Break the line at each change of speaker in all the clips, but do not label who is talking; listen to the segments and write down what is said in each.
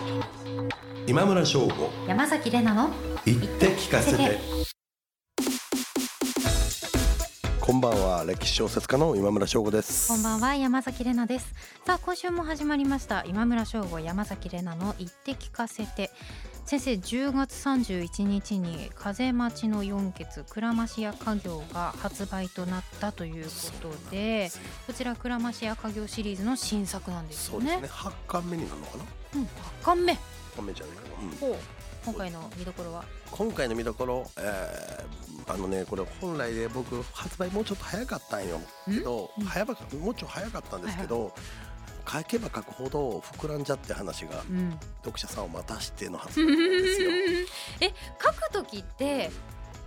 今村翔吾
山崎れなの
言って聞かせてこんばんは歴史小説家の今村翔吾です
こんばんは山崎れなですさあ今週も始まりました今村翔吾山崎れなの言って聞かせて先生10月31日に風待ちの4傑倉増屋家業が発売となったということでこちら倉増屋家業シリーズの新作なんです
そ
よ
うです
ね
ね八巻目になるのかな
うん、八巻目
八巻目じゃないかな、うん
ほう今回の見どころは
今回の見どころ、えーあのねこれ本来で僕発売もうちょっと早かったんよけど
うん
早ばかもうちょい早かったんですけど、書けば書くほど膨らんじゃって話が
うん
読者さんを待たしての発売なんですよ。
え書く時って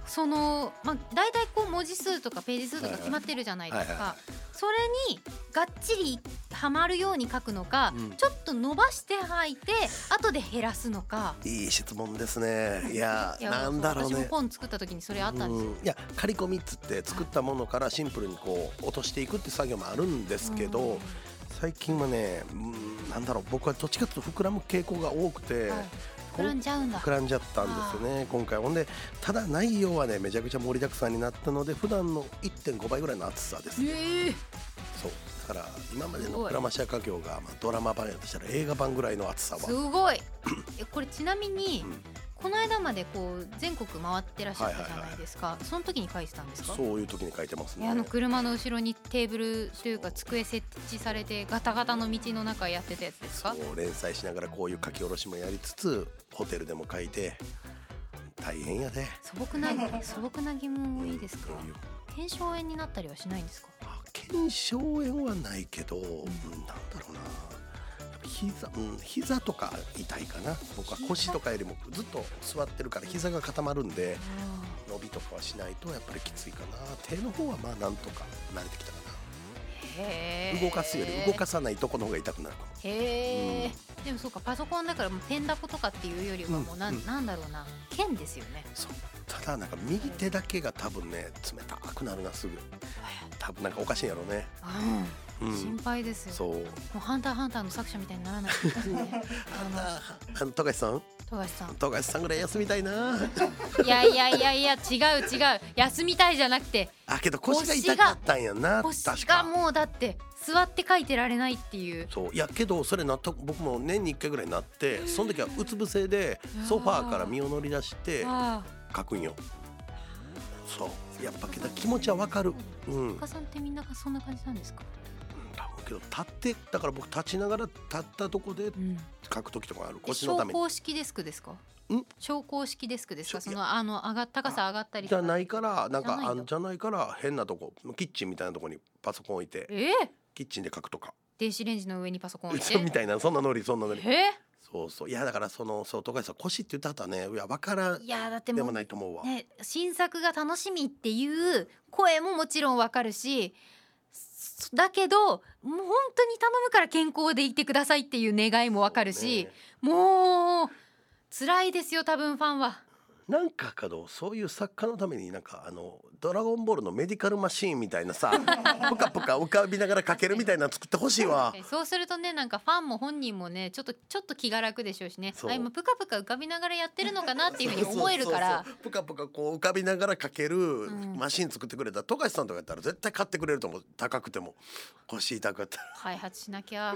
そのまあ大体こう文字数とかページ数とか決まってるじゃないです
はいはいは
かそれにがっちりはまるように書くのか、
うん
ちょっと伸ばして吐いて後で減らすのか
いい質問ですね。いや
いや
なんだろう
私も
ね。
本作った時にそれあったんですよ。
うんいや刈り込みっつって作ったものからシンプルにこう落としていくって作業もあるんですけど、
うん
最近はね、うん、なんだろう僕はどっちかというと膨らむ傾向が多くて、
はい膨らんじゃうんだ
膨らんじゃったんですよね今回ほんでただ内容はねめちゃくちゃ盛りだくさんになったので普段の1.5倍ぐらいの厚さです、
ええ
そうだから今まですの
ご
「
い
クラマシア家業が」まあ、ドラマ版やとしたら映画版ぐらいの厚さは
すごいえこれちなみに、
うん
この間までこう全国回ってらっしゃったじゃ
はいはい
な
はいい
ですか、その時に書いてたんですか
そういう時に書いてます
い
ね
やあの車の後ろにテーブルというか机設置されてガタガタの道の中やってたやつですか
そう連載しながらこういう書き下ろしもやりつつホテルでも書いて大変やで
素 朴な素朴な疑問をいいですか
うんいいよ
腱鞘炎になったりはしないんですか
あ腱鞘炎はないけど、うんなんだろうな膝うん膝とか痛いかな僕は腰とかよりもずっと座ってるから膝が固まるんで伸びとかはしないとやっぱりきついかな手の方はまあなんとか慣れてきたかな、
へえ
動かすより動かさないとこの方が痛くなるかも
へえ、でもそうかパソコンだからもうペンダコとかっていうよりはもうなん,、
うん
なんだろうな剣ですよね
そうただなんか右手だけが多分ね冷たくなるなすぐ多分なんかおかしいんやろうねう
うん心
ん
配ですよ、
そう
もうハンターハンターの作者みたいにな らないですねあ
ああの富樫さん
の富樫さん
富樫さんぐらい休みたい な
いやいやいやいや違う違う休みたいじゃなくて
あけど腰が痛かったんやな
腰
確
が
か
もうだって座って書いてられないっていう
そういやけどそれなった僕も年に1回ぐらいなってその時はうつ伏せでソファーから身を乗り出して
あ
書くんよそうやっぱけど気持ちはわかるうん、うん
あ、さんってみんながそんな感じなんですか、
多分けど立ってだから僕立ちながら立ったとこで
うん、
書く時とかある腰の
昇
ために
降式デスクですか昇降式デスクですか
し
そ
ょい
のあの上が高さ上がったり
じ
と
ゃないからなん
じゃ
か
ない
あ
んだ
んじゃないから変なとこキッチンみたいなとこにパソコン置いて
えー、
キッチンで書くとか
電子レンジの上にパソコン置い
み
て
たい なそんなノリそんなノリ
え
そうそういやだからそのそう富樫さん腰って言った後はねいやわからん
ー、いやだって
で
も
も
う
ないと思うわ、
ね新作が楽しみっていう声ももちろんわかるしそだけどもう本当に頼むから健康でいてくださいっていう願いもわかるし、
ね
もう辛いですよ多分ファンは。
なんかかどそういう作家のためになんかあのドラゴンボールのメディカルマシーンみたい なさぷかぷか浮かびながら描けるみたいなの作ってほしいわ
えそうするとねなんかファンも本人もねちょっとちょっと気が楽でしょうしね
そう
あ今プカプカ浮かびながらやってるのかなっ ていうふうに思えるか
そう
ら
そうそうぷかぷかこう浮かびながら描ける
ん
マシーン作ってくれた富樫さんとかやったら絶対買ってくれると思う高くても腰痛かったら
開発しなきゃ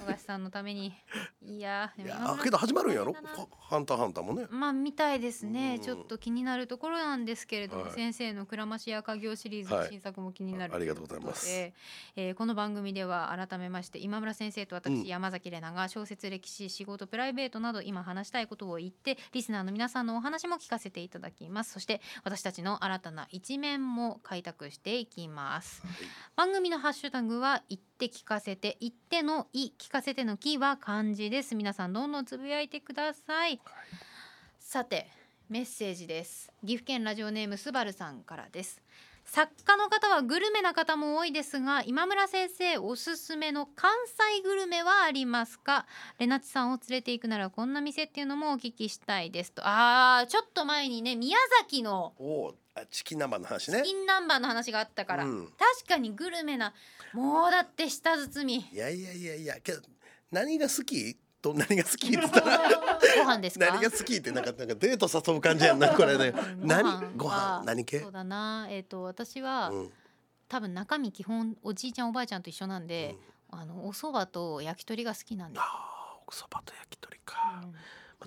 富樫さんのためにいやー
い
でも
や
今
あ
村
けど始まるんやろ
さだな
ハハンターハンターもね
まあみたいですね、
うん
ちょっと気になるところなんですけれども、
はい
先生の「倉増屋家業」シリーズの
はい
新作も気になる
あありがとうございます
ということでえーこの番組では改めまして今村先生と私、
うん
山崎怜奈が小説歴史仕事プライベートなど今話したいことを言ってリスナーの皆さんのお話も聞かせていただきますそして私たちの新たな一面も開拓していきます。番組のハッシュタグは言って聞かせて言ってのい聞かせてのきは漢字です皆さんどんどんつぶやいてください、さてメッセージです岐阜県ラジオネームすばるさんからです作家の方はグルメな方も多いですが今村先生おすすめの関西グルメはありますかレナチさんを連れて行くならこんな店っていうのもお聞きしたいですとあーちょっと前にね宮崎の
おうあチキン南蛮の話ね
チキン南蛮の話があったから、
うん
確かにグルメなもうだって舌 包み
いやいやいやいやけど何が好きと何が好きって言ったら
ご飯ですか
何が好きってなんかなんかデート誘う感じやん なこれね
うん
何ご
は
飯何系
そうだなえっ、と私は、
うん
多分中身基本おじいちゃんおばあちゃんと一緒なんで、あのお蕎麦と焼き鳥が好きなんです、
あー奥そばと焼き鳥か、まあ、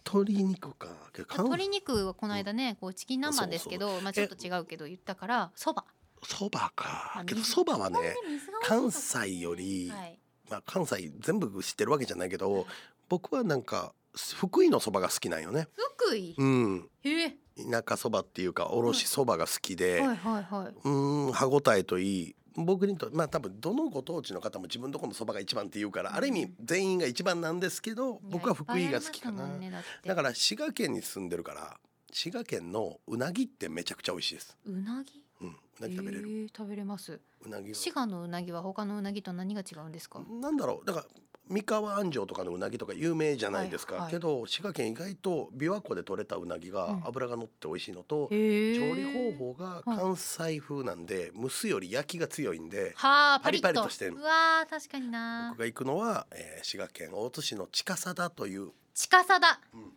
鶏肉かけど関
鶏肉はこの間ね、こうチキン南蛮ですけどまあちょっと違うけど言ったから蕎麦
そばか
あ
けど
水
そばは
これ
ね
で水が多
関
いとか
西より、
はい
まあ、関西全部知ってるわけじゃないけど僕はなんか福井のそばが好きなんよね、
福井、
うん、
へえ
田舎そばっていうかおろしそばが好きで、
はいはいはいう
ーん歯ごたえといい僕にとまあ多分どのご当地の方も自分のとこのそばが一番って言うから、ある意味全員が一番なんですけど僕は福井が好きか
いや
な、
いっぱいありましたもんねだって
だから滋賀県に住んでるから滋賀県のうなぎってめちゃくちゃ美味しいです、
うなぎ
うん、うなぎ食べれる、
えー食べれます
うなぎ
滋賀のうなぎは他のうなぎと何が違うんですか、
なんだろうだから三河安城とかのうなぎとか有名じゃないですか、
はいはい
けど滋賀県意外と琵琶湖で取れたうなぎ
う
が
ん
脂が乗って美味しいのと、
へえ
調理方法が関西風なんで、蒸すより焼きが強いんで
はあパリッと
パリパリとしてる
うわー確かにな
僕が行くのは、えー滋賀県大津市の近貞という、
近さだ
うん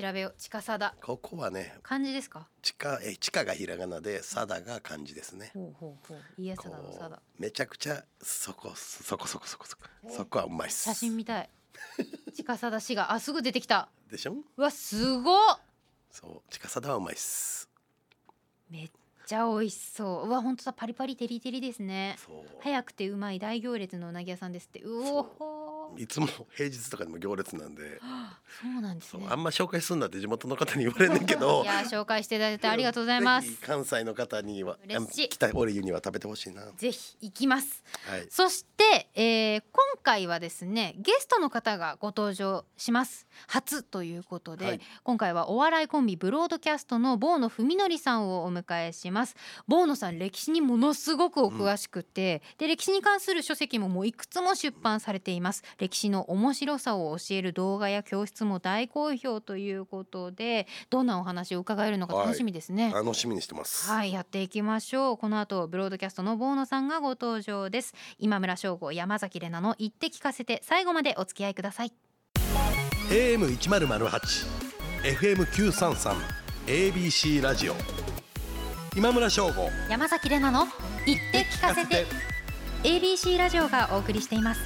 調べよう近さだ
ここはね
漢字ですか
近,、えー近がひらがなで貞が漢字ですね。
ほうほうほう家さだの
こ
さだ
うめちゃくちゃそこそこそこそこそこ
え
そこはうまいっす
写真見たい近さだ市があすぐ出てきた
でしょ
うわすごっ
そう近貞はうまいっす
めっちゃ美味しそううわほんとだパリパリテリテリですね
そう
早くてうまい大行列のうなぎ屋さんですってうおほー
いつも平日とかでも行列なんで、
あそうなんです
そう
ね
あんま紹介すんなって地元の方に言われんねんけど
いや紹介していただいてありがとうございま
ぜひ
す
関西の方には
嬉しい
あ来たオレユには食べてほしいなは
ぜひ行きます
い
そして、えー今回はですねゲストの方がご登場します初ということで、
はい
今回はお笑いコンビブロードキャストのボーノ文則さんをお迎えしますボーノさん歴史にものすごくお詳しくて、で歴史に関する書籍ももういくつも出版されています歴史の面白さを教える動画や教室も大好評ということでどんなお話を伺えるのか楽しみですね、
楽しみにしてます、
はいやっていきましょうこの後ブロードキャストのボーノさんがご登場です今村翔吾山崎怜奈の言って聞かせて最後までお付き合いください
AM 一ゼロゼ八 FM 九三三 ABC ラジオ今村翔吾
山崎怜奈の言って聞かせて ABC ラジオがお送りしています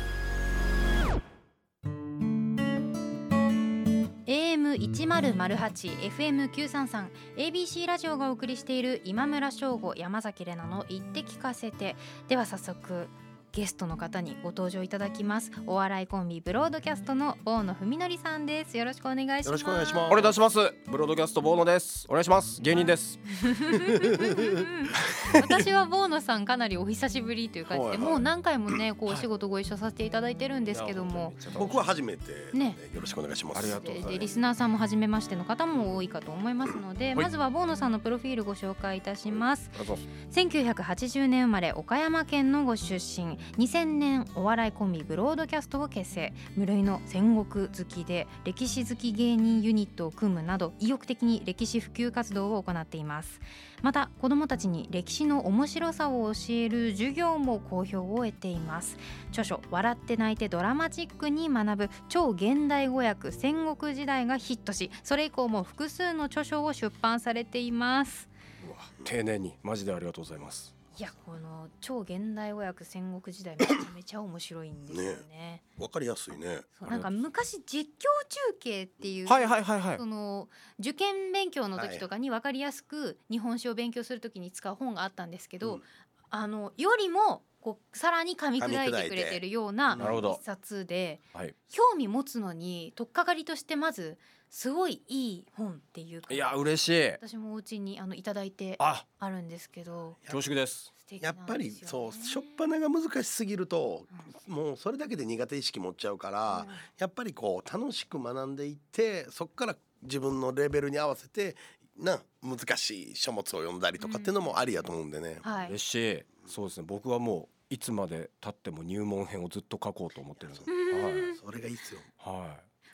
AM 一ゼロゼ八 FM 九三三 ABC ラジオがお送りしている今村翔吾山崎怜奈の言って聞かせてでは早速ゲストの方にご登場いただきますお笑いコンビブロードキャストの大野文則さんですよろしくお願いします
よろしくお願いします
お願いしますブロードキャストボーノですお願いします芸人です
私はボーノさんかなりお久しぶりという感じで、
はいはい
もう何回も ねこうお仕事ご一緒させていただいてるんですけども、
僕は初めて、
ね
よろしくお願いします
ありがとうござい
で
ます
でリスナーさんも初めましての方も多いかと思いますので、
い
まずはボーノさんのプロフィールご紹介いたします
ありがとうござい
1980年生まれ岡山県のご出身2000年お笑いコンビブロードキャストを結成無類の戦国好きで歴史好き芸人ユニットを組むなど意欲的に歴史普及活動を行っていますまた子どもたちに歴史の面白さを教える授業も好評を得ています著書「笑って泣いてドラマチックに学ぶ超現代語訳戦国時代」がヒットしそれ以降も複数の著書を出版されています
ます丁寧にマジでありがとうございます
いやこの超現代語訳戦国時代めちゃめちゃ面白いんですよね。
わかりやすいね
そうなんか昔実況中継っていう、
はいはいはいはい
その受験勉強の時とかに分かりやすく日本史を勉強する時に使う本があったんですけど、
うん
あのよりもこうさらに噛み砕いてくれてるような
なるほど
一冊で
はい
興味持つのに取っかかりとしてまずすごいいい本っていうか
いや嬉しい
私もお家にあのいただいて
あ
あるんですけど
恐縮です
素敵な
やっ
ん
ぱり
ですよ
そう
ね
初っ端が難しすぎるともうそれだけで苦手意識持っちゃうから、
うん
やっぱりこう楽しく学んでいってそこから自分のレベルに合わせてな難しい書物を読んだりとかっていうのもありやと思うんでね、
はい
嬉しいそうですね僕はもういつまで経っても入門編をずっと書こうと思ってるんです
うん
それがいいですよ
は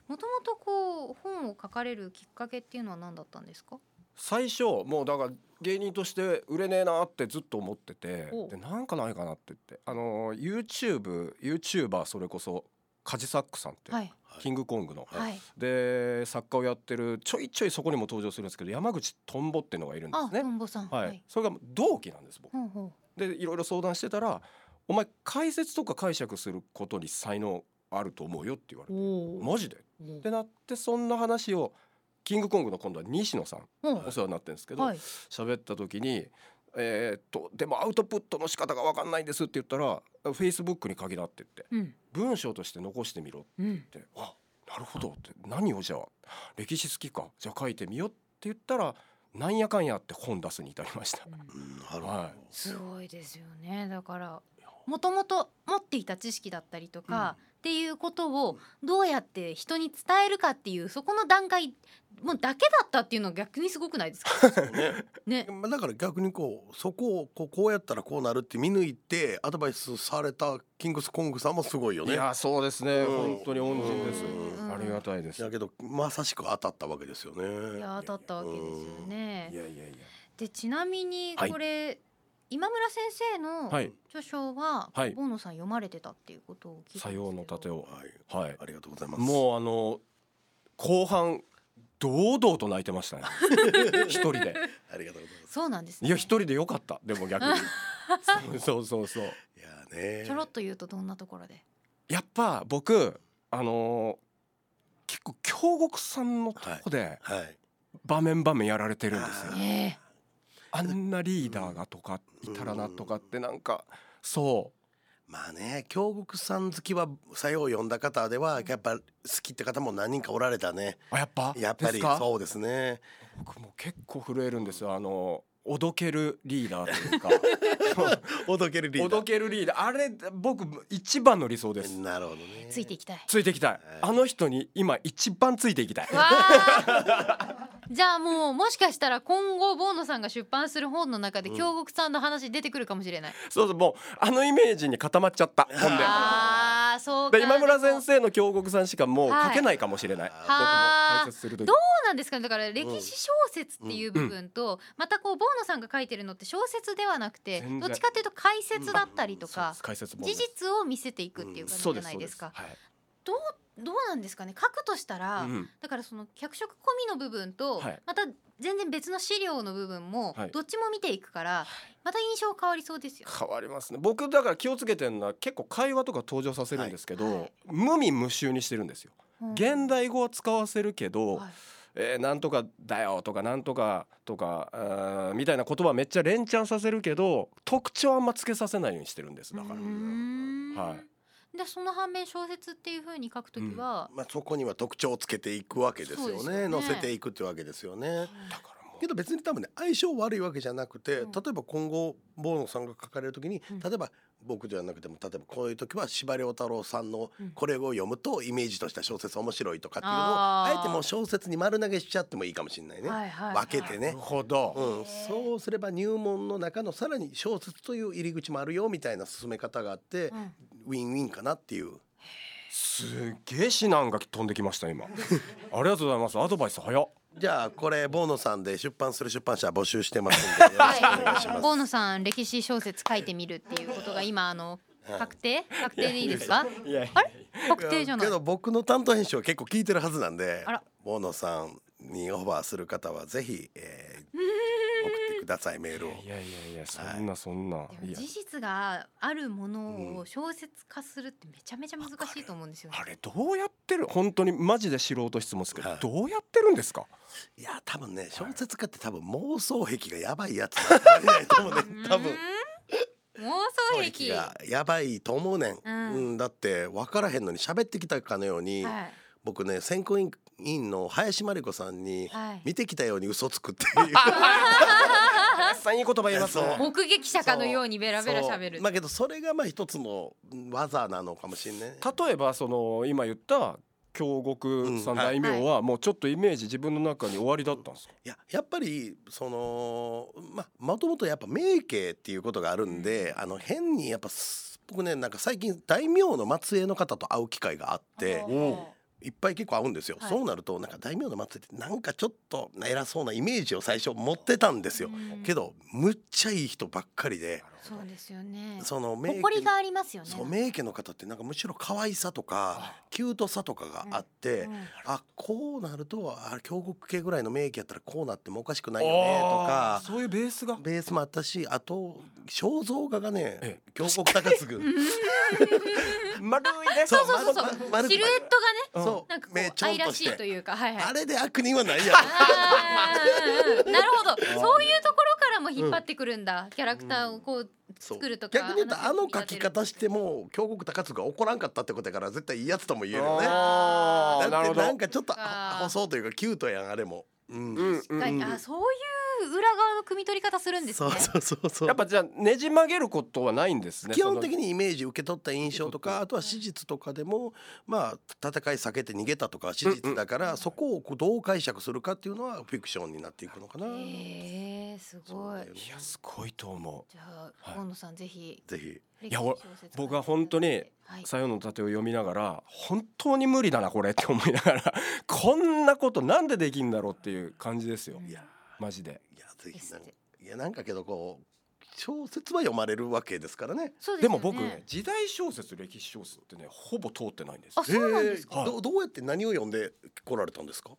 い
もともとこう本を書かれるきっかけっていうのは何だったんですか
最初もうだから芸人として売れねえなってずっと思ってて
お
でなんかないかなって言ってあの YouTubeYouTuber それこそカジサックさんって、
はい
キングコングの、
はい
で作家をやってるちょいちょいそこにも登場するんですけど山口トンボっていうのがいるんで
あ、
すね
ト。ンボさん
はい、それが同期なんです僕
ほうほ
でいろいろ相談してたら「お前解説とか解釈することに才能あると思うよ」って言われ
う
て
お
「マジで?」ってなってそんな話をキングコングの今度は西野さん
お
お世話になってるんですけど
はい
喋った時に「えーっとでもアウトプットの仕方が分かんないんです」って言ったら「フェイスブックに鍵だ」って言って
うん
「文章として残してみろ」
うん
って「あなるほど」って「何をじゃあ歴史好きかじゃあ書いてみよ」って言ったら「なんやかんや」って本出すに至りました。
うん、なるほど
は
すごいですよねだからもともと持っていた知識だったりとか、っていうことをどうやって人に伝えるかっていうそこの段階もうだけだったっていうのは逆にすごくないですかね
まあだから逆にこうそこをこうこうやったらこうなるって見抜いてアドバイスされたキングスコングさんもすごいよ
い
ね。
やそうですね、
うん
本当に恩人です、
うん
ありがたいです、
だけどまさしく当たったわけですよね。
いや当たったわけですよね
いやいやいや
でちなみに
はい
これ、今村先生の
はい
著書は、
はい
ボーノさん読まれてたっていうことを
「
聞いた
さ
んですけど
ようの盾を
はい、」
はい
ありがとうございます。
もうあの後半堂々と泣いてま したね一人で
ありがとうございます。
そうなんです、ね、
いや一人でよかったでも逆 にそうそうそうそう
いやね。
ちょろっと言うとどんなところで
やっぱ僕あのー結構京極さんのとこで
はい。
場面場面やられてるんですよ、
あー
ええ
あんなリーダーがとかいたらなとかってなんかそ
まあね京極さん好きはさよを読んだ方ではやっぱ好きって方も何人かおられたね。
うあやっぱ
やっぱ
で
り
すか
そうですね。
僕も結構震えるんですよあのおどける リーダーというか
おどけるリ
お
ーダ
どけるリーダーあれ僕一番の理想です
ー。なるほどね。
ついていきたい
ついていきたいあの人に今一番ついていきたい
わあじゃあもうもしかしたら今後ボーノさんが出版する本の中で
うん
京極さんの話出てくるかもしれない、
そうそうもうあのイメージに固まっちゃ ったほんで
ああそうか
で今村先生の京極さんしかもう書けないかもしれない、
はい
僕も
はあ
解説する時
どそうなんですかねだから歴史小説っていう部分と、またこうボーノさんが書いてるのって小説ではなくて
全然
どっちかっていうと解説だったりとか、
解説も
事実を見せていくっていう感じじ
そう
ゃ
です
な
そ
いうで
ですす
か。
はい
どうなんですかね書くとしたら、
うん
だからその脚色込みの部分と、
はい
また全然別の資料の部分も、
はい
どっちも見ていくからまた印象変わりそうですよね。
変わりますね僕だから気をつけてるのは結構会話とか登場させるんですけど、
はい
無味無臭にしてるんですよ
うん
現代語は使わせるけど、
はい
えーなんとかだよとかなんとかとかあーみたいな言葉めっちゃ連チャンさせるけど特徴あんまつけさせないようにしてるんですだか
う
ら
ーん
は
でその反面小説っていう風に書くときは、
まあ、そこには特徴をつけていくわけですよ
そうです
ね
よね
乗せていくってわけですよね。
だからもう
けど別に多分ね相性悪いわけじゃなくて、
うん
例えば今後ボーノさんが書かれる時に、
うん
例えば僕ではなくても例えばこういう時は司馬遼太郎さんの
うん
これを読むとイメージとした小説面白いとかっていうのを
あ
あ
ー
えてもう小説に丸投げしちゃってもいいかもしれないね。
はいはいはい
分けて
な
ね
る。ほど、
う
へー
ん、そうすれば入門の中のさらに小説という入り口もあるよみたいな進め方があって、
うん
ウィンウィンかなっていう
すっげえ指南が飛んできまし た今ありがとうございますアドバイス早っ
じゃあこれボーノさんで出版する出版社募集してますんでよろしくお願いします。
河野さん歴史小説書いてみるっていうことが今あの確定確定でいいですか
いや
あれ確定じゃない
けど僕の担当編集は結構聞いてるはずなんで
あら
ボーノさんにオファーする方はぜひ、 えー送ってくださいメールを。
いやいやいやそんなそんな、
で
い
も
や
事実があるもの
う
を小説化するってめちゃめちゃ難しいと思うんですよね
あれどうやってる本当にマジで素人質問ですけど、
はい
どうやってるんですか
いや多分ね小説家って多分妄想癖がやばいやつなん じゃないと思うね多分。
うーん妄
妄想
想癖
癖がやばいと思うねん、
う
うんんだって分からへんのに喋ってきたかのように、
はい
僕ね選考委員の林真理子さんに
はい
見てきたように嘘つくっていう、
林さんいい言葉言います
そう
ね
目撃者かのようにベラベラ喋る
そうまあけどそれがまあ一つの技なのかもしれない
例えばその今言った京極さん
うんは
大
い
名はもうちょっとイメージ自分の中に終わりだったんですか、
いややっぱりそのまあもともとやっぱ名家っていうことがあるんであの変にやっぱす僕ねなんか最近大名の末裔の方と会う機会があって
お
いっぱい結構会うんですよ、
はい
そうなるとなんか大名の末裔ってなんかちょっと偉そうなイメージを最初持ってたんですよ、けどむっちゃいい人ばっかりで
そうですよね。
その名家
誇りがありますよね。
そう名家の方ってなんかむしろ可愛さとかキュートさとかがあって、
うん
あこうなるとあ京極系ぐらいの名家やったらこうなってもおかしくないよねとか
そういうベースが
ベースもあったしあと肖像画がね
え
京極高次
うんうん
丸いね
そう
そうそうそう
まま丸く
シルエット
うん
がねなんかこ
目ち
う
ょん
愛ら
と
し
して
いというかはいはい
あれで悪人はない や
あーうんうんなるほど
ー
そういうところからも引っ張ってくるんだ、キャラクターをこう
ろ
作るとか
逆に言うとあの書き
話を組み立てる
方しても京極高次が怒らんかったってことやから絶対いいやつとも言えるよね
あーな
だっ
る
て
ほ
なん
ど
かちょっと
あー
あ細そうというかキュートやんあれも、うん
うんうんうん
あそういう裏側の汲み取り方するんです
そ
ね
うそうそうそう
やっぱじゃあねじ曲げることはないんですね
基本的
に
にイメージ受け取った印象とかあとは史実とかでもまあ戦い避けて逃げたとかは史実だからそこをこうどう解釈するかっていうのはフィクションになっていくのかな。
へえす
そう
ごい
だよ。ね
いやすごいと思
じゃあ
はい
今野さんぜひ
ぜひ
い
や俺僕は本当に
はいう
「さよの盾」を読みながら本当に無理だなこれって思いながらこんなことなんでできんだろうっていう感じですよ
うん
いや
マジで
いやぜ
で
ひ
す
な
っ
んか
て
いやなんかけどこう小説は読まれるわけですからね。
そうです
で
よ
も
ね
僕ね時代小説歴史小説ってねほぼ通ってないんです
あそうなんです
え
か
ーどどうやって何を読んで来られたんですか。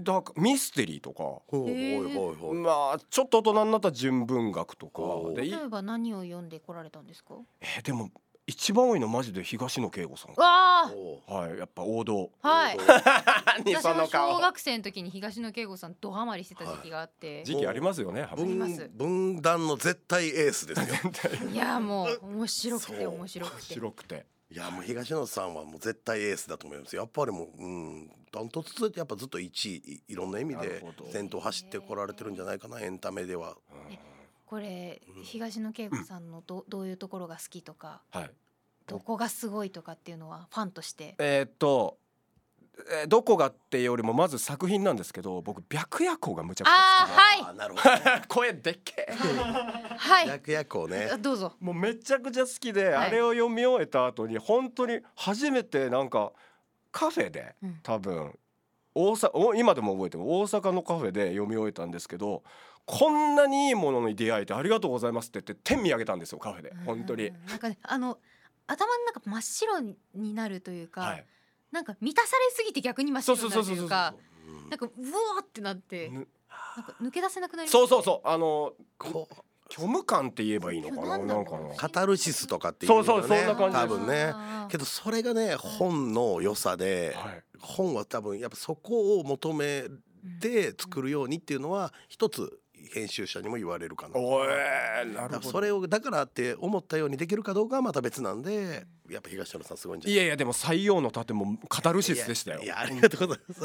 だからミステリーとか
ほうほう
へー
ほうほう
まあちょっと大人になった純文学と
おー
かで
例
い
えば何を読んで来られたんですかわ
えでも一番多いのマジで東野圭吾さん
あ
ほう
はいやっぱ王道
はい
何
私も小学生の時に東野圭吾さんドハマりしてた時期があっ て、
時期ありますよねハマる
り
分
ます
分断の絶対エース ですよ。
い、やもう面白くて
そう
面白くて
白くて
いやもう東野さんはもう絶対エースだと思いますやっぱりもううんダントツでやっぱずっと1位いいろんな意味
な
で
るほど
先頭走ってこられてるんじゃないかなエンタメでは
うん
これ
うん
東野圭吾さんのどどういうところが好きとか
はい
どこがすごいとかっていうのはファンとして
えーっと、えーどこがってよりもまず作品なんですけど僕白夜行がむちゃくち
あ
ゃ
はい
あーなるほど、ね、
好きで声でっけえ
はい
白夜行ね
あどうぞ
もうめちゃくちゃ好きで、
はい
あれを読み終えた後に本当に初めてなんかカフェで
うん
多分大阪お今でも覚えてる大阪のカフェで読み終えたんですけどこんなにいいものに出会えてありがとうございますって言って天見上げたんですよカフェで本当に
うん。なんかねあの頭の中真っ白になるというか、
はい、
なんか満たされすぎて逆に真っ白になるというか
うん
なんかうおーってなってなん
ぬ
か抜け出せなくなります
そうそうそうあの
こ
虚無感って言えばいいのかな
なんだ
な
ろうん
かな
不思議
うカタルシスとかっていうよね
そうそうそんな感じです
多分ね
あー
けどそれがね本の良さで、
はい
本は多分やっぱそこを求めて作るようにっていうのは一つ編集者にも言われるかな
おえー、
だ
な
か
る
ら
ほ
そ
ど。
れをだからって思ったようにできるかどうかはまた別なんでやっぱ東野さんすごいんじゃない
いやいやでも採用の盾もカタルシスでしたよ。
いやいやありがとうございます。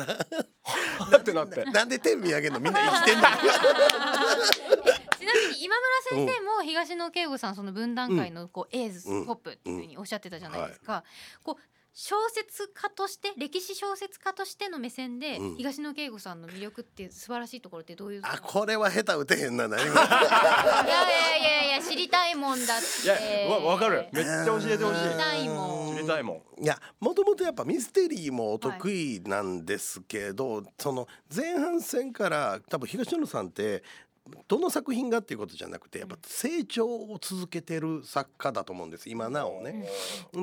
だ ってなって。
なんで天見上げんのみんな生きてんだ。
ちなみに今村先生も東野圭吾さんその分断界のこうエーズ
うん
ポップっていうふうにおっしゃってたじゃないですか。こう小説家として歴史小説家としての目線で
うん
東野圭吾さんの魅力って素晴らしいところってどういうとこ
あ
ろ
これは下手打てへんな何が。
いやいやいやいや知りたいもんだっ
いや
て。
わわかる。めっちゃ教えてほし
知り
い。
たいもん
知りたいもん。
いやもともとやっぱミステリーもお得意なんですけど、その前半戦から多分東野さんってどの作品がっていうことじゃなくてやっぱ成長を続けてる作家だと思うんです今なおね。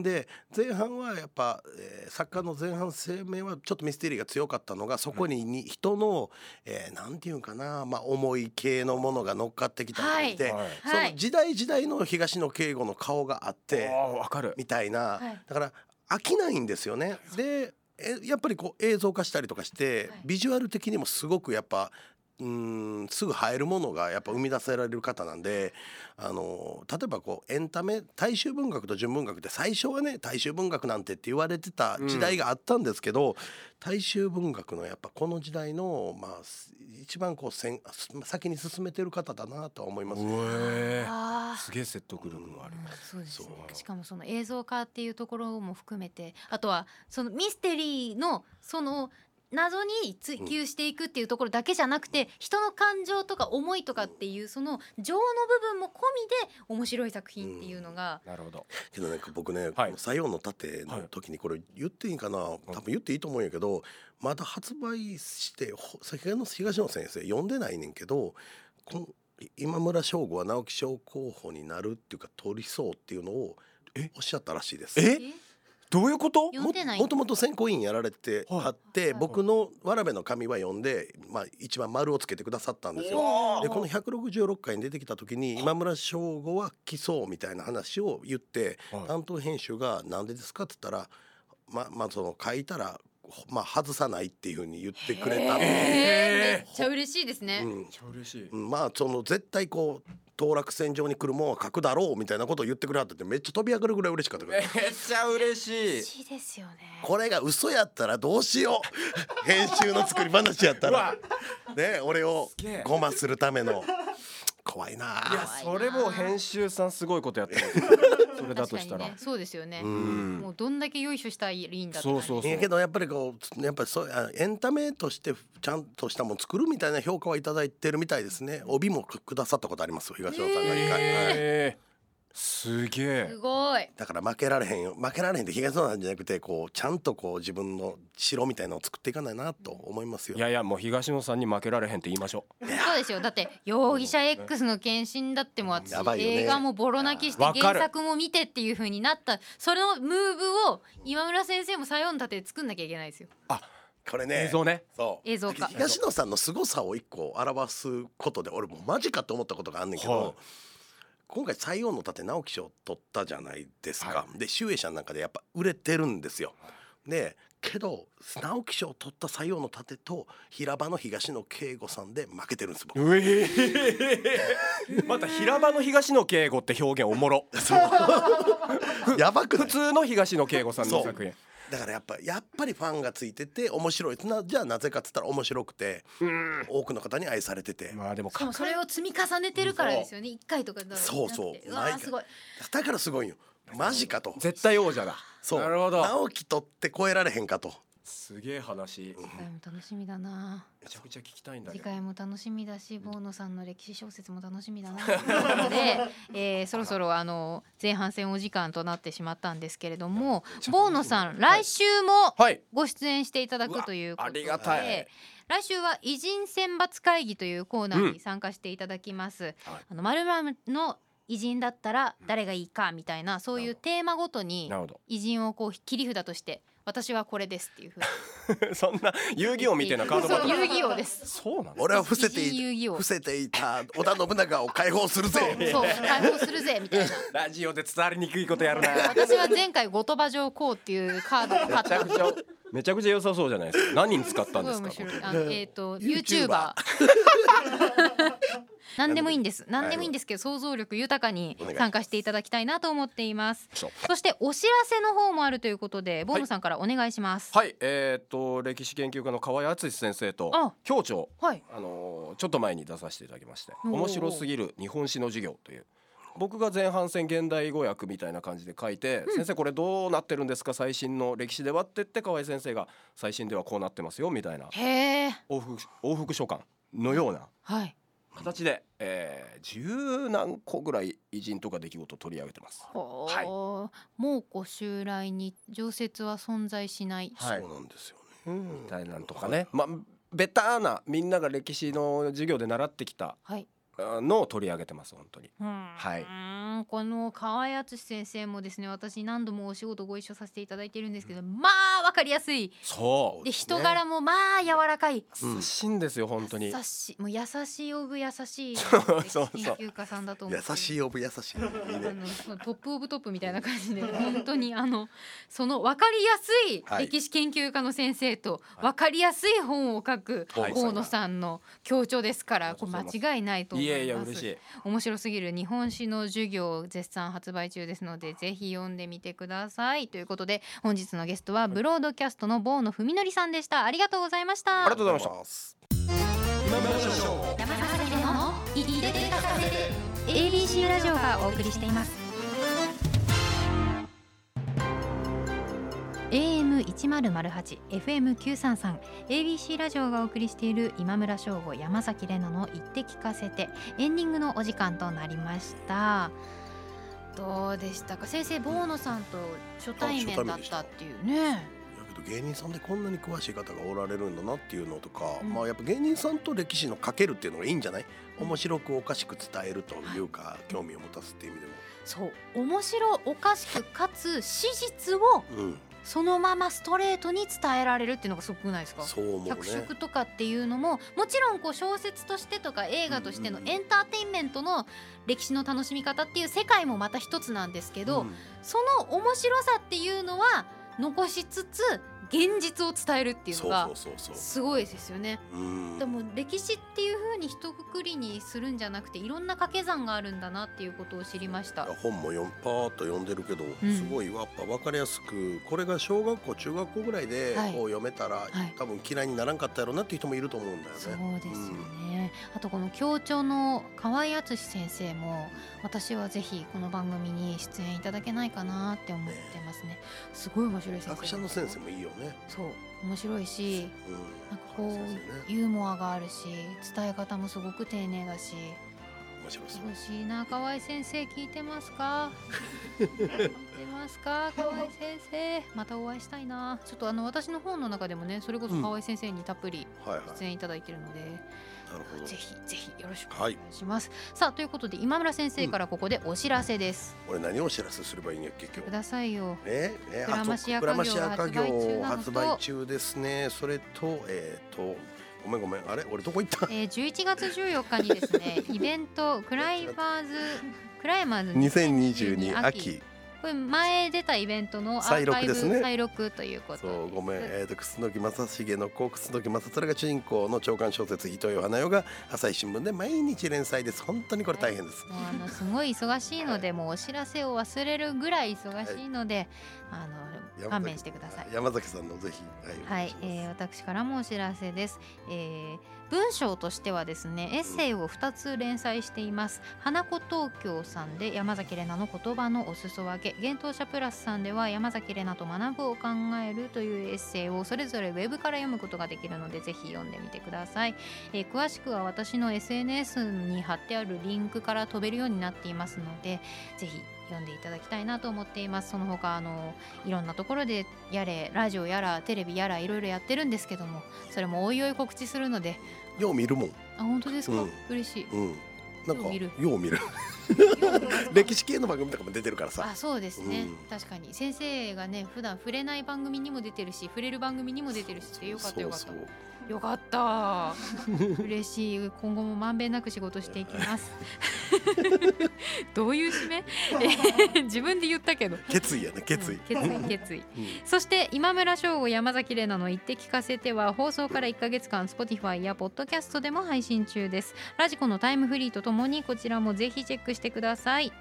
で前半はやっぱ、えー作家の前半生命はちょっとミステリーが強かったのがそこにに人の、えーなんていうんかな、まあ、思い系のものが乗っかってきたりとかして、
はい
そ
は
の
い。
時代時代の東野圭吾の顔があっ
あ
て
ーわかる。
みたいな、
はい
だから飽きないんですよね。でえやっぱりこう映像化したりとかして、
はい
ビジュアル的にもすごくやっぱうーんすぐ生えるものがやっぱ生み出せられる方なんであの例えばこうエンタメ大衆文学と純文学って最初はね大衆文学なんてって言われてた時代があったんですけど、大衆文学のやっぱこの時代の、まあ、す一番こうせんす先に進めてる方だなとは思います。
え
あー
すげえ説得力がある
うんそうですね
そう
しかもその映像化っていうところも含めてあとはそのミステリーのその謎に追求していくっていうところだけじゃなくて、人の感情とか思いとかっていうその情の部分も込みで面白い作品っていうのが、
なるほど
けどなんか僕ね、
はい
この「西洋の盾」の時にこれ言っていいかな、多分言っていいと思うんやけどまだ発売してほ先の東野先生読んでないねんけどこの今村翔吾は直木賞候補になるっていうか取りそうっていうのを
え
おっしゃったらしいです。
えどういうこと
読んでない
ももともと選考委員やられて
はい
あって、
はい
僕の「わらべの紙」は読んで、まあ、一番丸をつけてくださったんですよ。
おー
でこの166回に出てきた時に今村翔吾は来そうみたいな話を言って
はい
担当編集が「なんでですか?」って言ったらままあその書いたら、ほまあ、外さないっていうふうに言ってくれたっていう
えーめっちゃ嬉しいですね、
う
め
ん
っちゃ嬉しい
うん、まあその絶対こう当落線上に来るもんは書くだろうみたいなことを言ってくれはっててめっちゃ飛び上がるぐらい嬉しかったか
め
ら
っちゃ嬉しい
嬉しいですよね
これが嘘やったらどうしよう 編集の作り話やった
うわ
らね俺を
すげえ
ごまするため の怖い
いや
なあ
それもう編集さんすごいこと やってますそれだとし
確
た、
からにねそうですよね、
うん
もうどんだけよいしょしたらいいんだって
そうそう
い
そう
やけどやっぱりこうやっぱりそうあエンタメとしてちゃんとしたもん作るみたいな評価はいただいてるみたいですね帯もくださったことありますよ東野さんが一回、はい
えーすげえ
すごい
だから負けられへんよ負けられへんって東野さんじゃなくてこうちゃんとこう自分の城みたいなのを作っていかないなと思いますよ
いやいやもう東野さんに負けられへんって言いましょ
そうですよだって容疑者 X の献身だってもう私
やばいよね
映画もボロ泣きして
わか
原
る
作も見てっていう風になったそのムーブを今村先生もさようの盾で作んなきゃいけないですよ
これ
う、
ね
映像ね
そう
映像化
東野さんの凄さを一個表すことで俺もうマジかと思ったことがあんねんけど、
はい
今回「西洋の盾」直木賞取ったじゃないですか、
は
で集英社の中でやっぱ売れてるんですよ。でけど直木賞取った「西洋の盾」と平場の東野圭吾さんで負けてるんです僕。
うえーまた平場の東野敬吾って表現おも ろ
やばくな
普
い
通の東野敬吾さんの作品
だからやっぱやっぱりファンがついてて面白いなじゃあなぜかっつったら面白くて多くの方に愛されてて
まあでも
しかもそれを積み重ねてるからですよね一回とかだ
そうそう
うわ
毎
ー
回
すごい
だからすごいよマジかと
絶対王者だ
そう
なるほど
直樹取って超えられへんかと
すげえ
次
話
回も楽しみだな
めちゃくちゃ聞きたいんだけ
次
ど
回も楽しみだしボーノさんの歴史小説も楽しみだなという ことで、えー、そろそろあの前半戦お時間となってしまったんですけれどもボーノさん来週も、
はい
ご出演していただくということで
うわありがたい
来週は偉人選抜会議というコーナー
うん
に参加していただきます、
はい
あのまるの偉人だったら誰がいいかみたいなそういうテーマごとに
なるほど
偉人をこう切り札として私はこれですっていうふう に
そんな遊戯王みたいなカード
そう
が
遊戯王です
そうなの
俺は伏せて
偉人遊
い
戯
た
王
伏せていた織田信長を解放する
そう
ぜ
そう解放するぜみたいな
ラジオで伝わりにくいことやるな
私は前回後鳥羽上皇っていうカードを買
め
っ
ち
た
ゃくちゃめちゃくちゃ良さそうじゃないですか何に使ったんですす
ごい
か
面白い
僕
あのえっ、と
YouTuber
YouTuber 何でもいいんです何でもいいんですけど想像力豊かに
お願いします
参加していただきたいなと思っています
しょ
そしてお知らせの方もあるということでボーノさんからお願いします
はいえっ、と歴史研究家の河合敦先生と
あ
表長
はい
あのーちょっと前に出させていただきまして「
おー
面白すぎる日本史の授業」という僕が前半戦現代語訳みたいな感じで書いて「先生これどうなってるんですか最新の歴史では」って言って河合先生が「最新ではこうなってますよ」みたいな
へえ
往復往復書簡のような
はい
形で、えー十何個ぐらい偉人とか出来事を取り上げてます。
ほう、猛虎襲来に常設は存在しない、
はい
そうなんですよね
みたいなんとかね、まあベターなみんなが歴史の授業で習ってきた
はい
のを取り上げてます本当に。
はい
い
この河合敦先生もですね私何度もお仕事ご一緒させていただいているんですけど、まあわかりやすい
そう
で人柄もまあ柔らかい、
優しいんですよ本当に
優。しいもう優しいオブ優しい
そうそう
研究家さんだと思う
優しいオブ優しいいい
あ
ね
のそのトップオブトップみたいな感じで本当にあのその分かりやすい
はい
歴史研究家の先生と
はい
分かりやすい本を書く
はい
大野さんの協調ですから
ありがと
こ
う
れ
ございます
間違いないと思
い
いま
や
す
いや嬉しい。
面白すぎる日本史の授業絶賛発売中ですのでぜひ読んでみてくださいということで本日のゲストはブロードキャストの坊野文則さんでしたありがとうございまし
あり
た
がとうございました。
す
山崎怜奈の「いでてかせて」ABC ラジオがお送りしています AM1008 FM933 ABC ラジオがお送りしている今村翔吾山崎怜奈の「言って聞かせて」エンディングのお時間となりました
どうでしたか先生坊野さんと初対面だったっていうね
だけど芸人さんでこんなに詳しい方がおられるんだなっていうのとか、
うん
まあやっぱ芸人さんと歴史のかけるっていうのがいいんじゃない面白くおかしく伝えるというか、興味を持たすっていう意味
そう面白おかしくかつ史実を
でも、うん、
そのままストレートに伝えられるっていうのがすごくないですか
そう思う
脚
ね
色とかっていうのももちろんこう小説としてとか映画としての
うんうんうん
エンターテインメントの歴史の楽しみ方っていう世界もまた一つなんですけど、
うん
その面白さっていうのは残しつつ現実を伝えるっていうの
そう
が
そうそうそ
すごいですよね。
う、うん、
でも歴史っていう風に一括りにするんじゃなくていろんな掛け算があるんだなっていうことを知りました。
本もよんパーっと読んでるけど、
うん
すごいやっぱ分かりやすくこれが小学校中学校ぐらいで
はい
こう読めたら、
い
多分嫌いにならんかったやろうなっていう人もいると思うんだよ
そう
ね。
ですよね、あとこの教長の河合敦先生も私はぜひこの番組に出演いただけないかなって思ってますねすごい面白い先生
学者の先生もいいよね。
そう面白いし
うん、
なんかこ
そうです
う
ね
ユーモアがあるし伝え方もすごく丁寧だし
面白そう。
楽しいな河合先生聞いてますか聞いてますか河合先生またお会いしたいなちょっとあの私の本の中でもねそれこそ河合先生にたっぷり
はいはい。な
出演いただいてるので、
るほど
ぜ。ひぜひよろしくお
は
願い
い
します。さあということで今村先生からここでお知らせです。
俺何をお知らせすればいいんやっけ今
く
日。
ださいよ。
ね、ね、
グラマシア家業
を
発
発
売中なのと
売中ですね。それと、えっ、と、ごめんごめん、あれ、俺どこ行った。
えー、11月14日にです ねイベントクライマーズクライマーズ
2022秋、
これ前出たイベントのア
再
ーカ
録
イブ
ですね
再録ということ
そ
です
うごめん、えー、と楠木正成の子楠木正虎が主人公の長官小説「糸よ花よ」が朝日新聞で毎日連載です本当にこれ大変です、
もうあのすごい忙しいのでもうお知らせを忘れるぐらい忙しいので、あの
山崎
勘弁してください。
山崎さんのぜひは
はいい、えー、私からもお知らせです、えー、文章としてはですねエッセイを2つ連載しています花子東京さんで山崎怜奈の言葉のお裾分け幻冬者プラスさんでは山崎怜奈と学ぶを考えるというエッセイをそれぞれウェブから読むことができるのでぜひ読んでみてください、えー、詳しくは私の SNS に貼ってあるリンクから飛べるようになっていますのでぜひ読んでいただきたいなと思っていますその他あのいろんなところでやれラジオやらテレビやらいろいろやってるんですけどもそれもおいおい告知するので
よう見るもん、
あ本当ですか、
うん
嬉しい
うん、なんか
よう見る
よう見る歴史系の番組とかも出てるからさ
あそうですね、
うん
確かに先生がね普段触れない番組にも出てるし触れる番組にも出てるしってよかったよかった
そうそう
よかった嬉しい今後もまんべんなく仕事していきます どういう締め 自分で言ったけど
決意やね決意、
うん決意決意
うん
そして今村翔吾山崎怜奈の「言って聞かせて」は放送から1ヶ月間 Spotify やポッドキャストでも配信中ですラジコのタイムフリーとともにこちらもぜひチェックしてください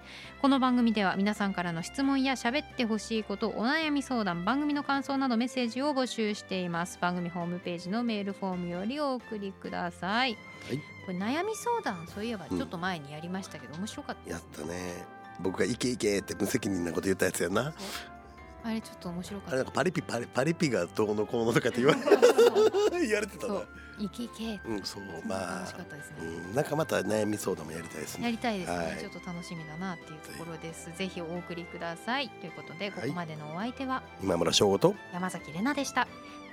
この番組では皆さんからの質問や喋ってほしいことお悩み相談番組の感想などメッセージを募集しています番組ホームページのメールフォームよりお送りください、
はい
これ悩み相談そういえば
うん
ちょっと前にやりましたけど、面白かったで
や
す
っ、たね僕が「いけいけ」って無責任なこと言ったやつやな
あれちょっと面白か
あ
っ
れな
た
んかパリピパリパリピがどうのこうのとかって言われ言われてた
そ
な
ういけいけって
うんそうま
楽
あ
しかったですね、
うん、なんかまた悩み相談もやりたいです
や
ね。
りたいですね、
はい
ちょっと楽しみだなっていうところですぜひお送りくださいということでここまでのお相手は
今村翔吾と
山崎れなでした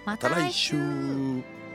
ま
再
た
来
来週
週